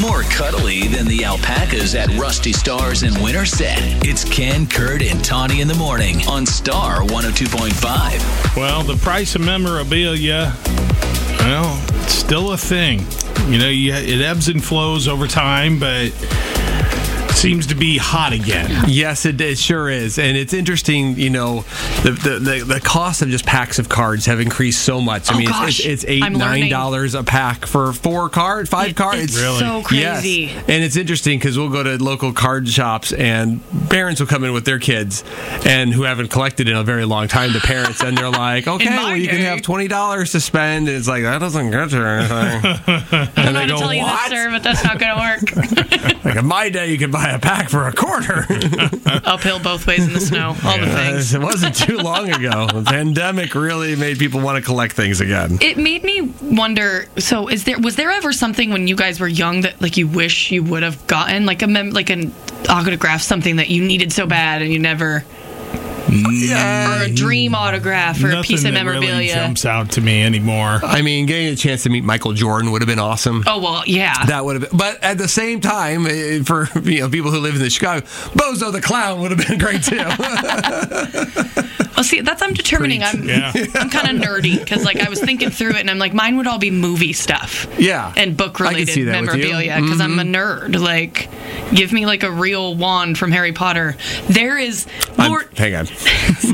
More cuddly than the alpacas at Rusty Stars in Winter Set. It's Ken, Kurt, and Tawny in the morning on Star 102.5. Well, the price of memorabilia, well, it's still a thing. You know, you, it ebbs and flows over time, but seems to be hot again. Yes, it, it sure is, and it's interesting. You know, the, the the the cost of just packs of cards have increased so much. I Oh, mean, gosh. it's, it's, it's eight I'm nine learning. dollars a pack for four card, five cards. It's Really? so crazy. Yes. And it's interesting because we'll go to local card shops and parents will come in with their kids and who haven't collected in a very long time, the parents, and they're like, okay, my well, you can day." have $20 to spend. And it's like, that doesn't get you anything. and they I'm go, going to tell you this, what? sir, but that's not going to work. Like, in my day, you could buy a pack for a quarter. Uphill both ways in the snow. All the things. it wasn't too long ago. The pandemic really made people want to collect things again. It made me wonder. So, is there was there ever something when you guys were young that like you wish you would have gotten, like a mem- like an autograph, something that you needed so bad and you never, or a dream autograph or a Nothing piece of that memorabilia? really jumps out to me anymore. I mean, getting a chance to meet Michael Jordan would have been awesome. oh well, yeah. That would have been, but at the same time, eh, for you know people who live in the Chicago, Bozo the Clown would have been great too. well, see, that's I'm determining. Preach. I'm Yeah. I'm kind of nerdy because like I was thinking through it and I'm like mine would all be movie stuff. Yeah. and book I can see related that with you. Mm-hmm. memorabilia because I'm a nerd. Like, give me like a real wand from Harry Potter. There is I'm- Lord. hang on,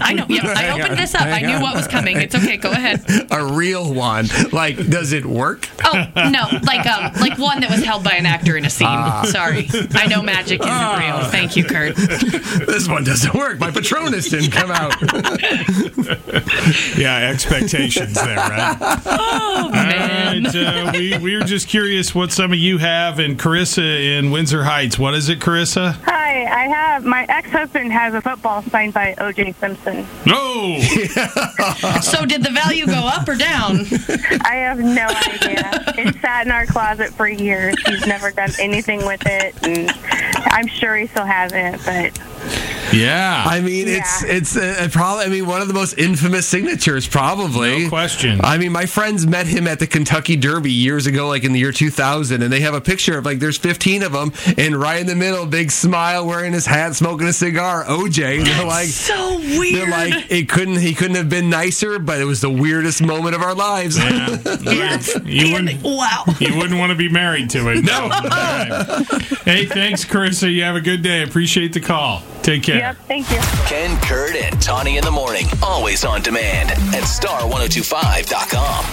I know. Yeah, I Hang opened on, this up. I hang knew on. what was coming. It's okay. Go ahead. a real one. Like, does it work? Oh no, like um, like one that was held by an actor in a scene. Ah. Sorry, I know magic isn't real. Thank you, Kurt. This one doesn't work. My Patronus didn't come out. Yeah, expectations there, right? Oh, All right, uh, we, we were just curious what some of you have, and Carissa in Windsor Heights. What is it, Carissa? Hi, I have my ex-husband has a football signed by O.J. Simpson. No, So did the value go up or down? I have no idea. it sat in our closet for years. He's never done anything with it, and I'm sure he still has it. But yeah, I mean, it's Yeah. it's a, probably. I mean, one of the most infamous signatures, probably. No question. I mean, my friends met him at the Kentucky Derby years ago, like in the year 2000, and they have a picture of like there's 15 of them, and right in the middle, big smile, wearing his hat, smoking a cigar, OJ. And They're like, so They're weird. like, it couldn't. He couldn't have been nicer, but it was the weirdest moment of our lives. Yeah. You wouldn't. wow. You wouldn't want to be married to it. No. hey, thanks, Carissa. You have a good day. Appreciate the call. Take care. yep, thank you. oh Ken, Kurt, and Tawny in the morning. Always on demand at star1025.com.